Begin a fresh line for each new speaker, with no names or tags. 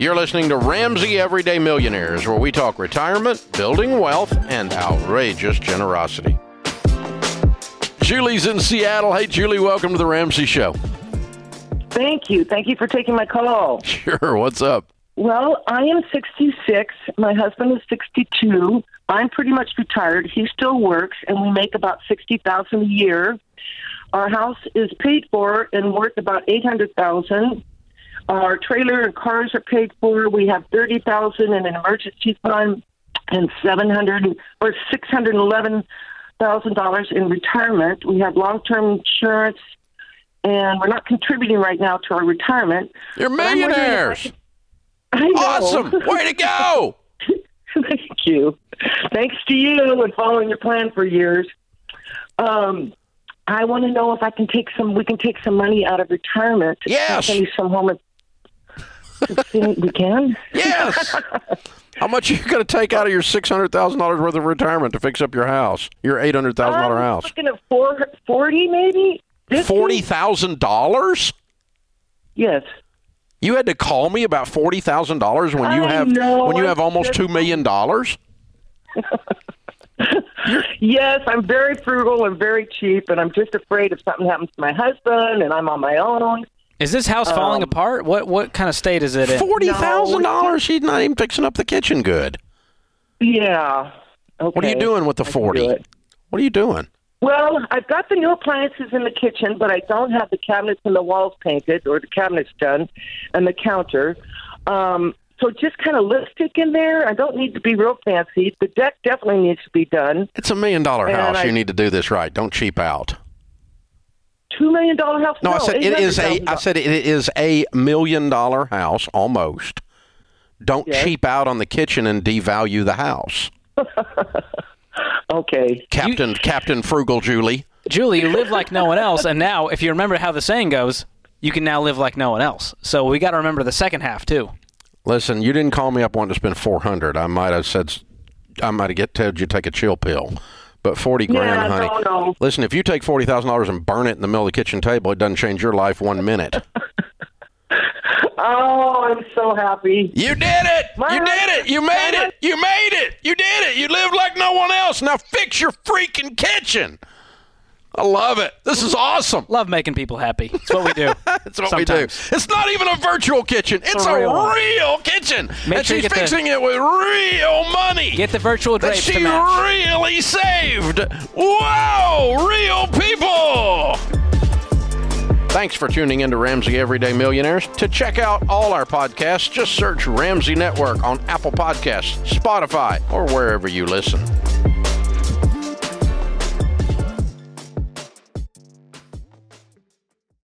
You're listening to Ramsey Everyday Millionaires, where we talk retirement, building wealth, and outrageous generosity. Julie's in Seattle. Hey, Julie, welcome to the Ramsey Show.
Thank you. Thank you for taking my call.
Sure, what's up?
Well, I am 66. My husband is 62. I'm pretty much retired. He still works, and we make about 60000 a year. Our house is paid for and worth about 800000 Our trailer and cars are paid for. We have 30000 in an emergency fund and 700 or $611,000 in retirement. We have long term insurance, and we're not contributing right now to our retirement.
You're
But I'm wondering if I
millionaires.
I know.
Awesome. Way to go.
Thank you. Thanks to you and following your plan for years. Um, I want to know if I can take some. We can take some money out of retirement.
Yes.
And save some home. we can.
Yes. How much are you going to take out of your six hundred thousand dollars worth of retirement to fix up your house, your eight hundred thousand dollar
I'm
house?
looking at four, forty, maybe. This
Forty
week?
thousand dollars?
Yes.
You had to call me about forty thousand dollars when you
I
have
know,
when you
I'm
have almost
just-
two million dollars.
Yes, I'm very frugal and very cheap, and I'm just afraid if something happens to my husband and I'm on my own.
Is this house falling
Um,
apart? What what kind of state is it in?
Forty thousand dollars? She's not even fixing up the kitchen good.
Yeah. Okay.
What are you doing with the
I can do
forty?
it.
What are you doing?
Well, I've got the new appliances in the kitchen, but I don't have the cabinets and the walls painted or the cabinets done and the counter. Um, so just kind of lipstick in there. I don't need to be real fancy. The deck definitely needs to be done.
It's a million dollar
And
house.
I-
you need to do this right. Don't cheap out.
Two million dollar house.
No, I said it is a. I
$800,000.
said it is a million dollar house almost. Don't
Yes.
cheap out on the kitchen and devalue the house,
okay.
Captain Captain Frugal Julie.
Julie, you live like no one else, and now if you remember how the saying goes, you can now live like no one else. So we got to remember the second half too.
Listen, you didn't call me up wanting to spend four hundred. I might have said, I might have get told you to take a chill pill, but forty grand,
Yeah,
honey.
no, no.
Listen, if you take forty thousand dollars and burn it in the middle of the kitchen table, it doesn't change your life one minute.
Oh, I'm so happy.
you did it!
My
you did it! You made
husband-
it! You made it! You did it! You lived like no one else. Now fix your freaking kitchen. I love it. This is awesome.
Love making people happy. It's what we do.
That's what
Sometimes.
we do. It's not even a virtual kitchen. It's a
real
real,
one.
kitchen.
Make
and
sure
she's
you get the-
fixing it with real money.
Get the virtual
that
drapes
she
to match.
really saved. Wow, real people. Thanks for tuning in to Ramsey Everyday Millionaires. To check out all our podcasts, just search Ramsey Network on Apple Podcasts, Spotify, or wherever you listen.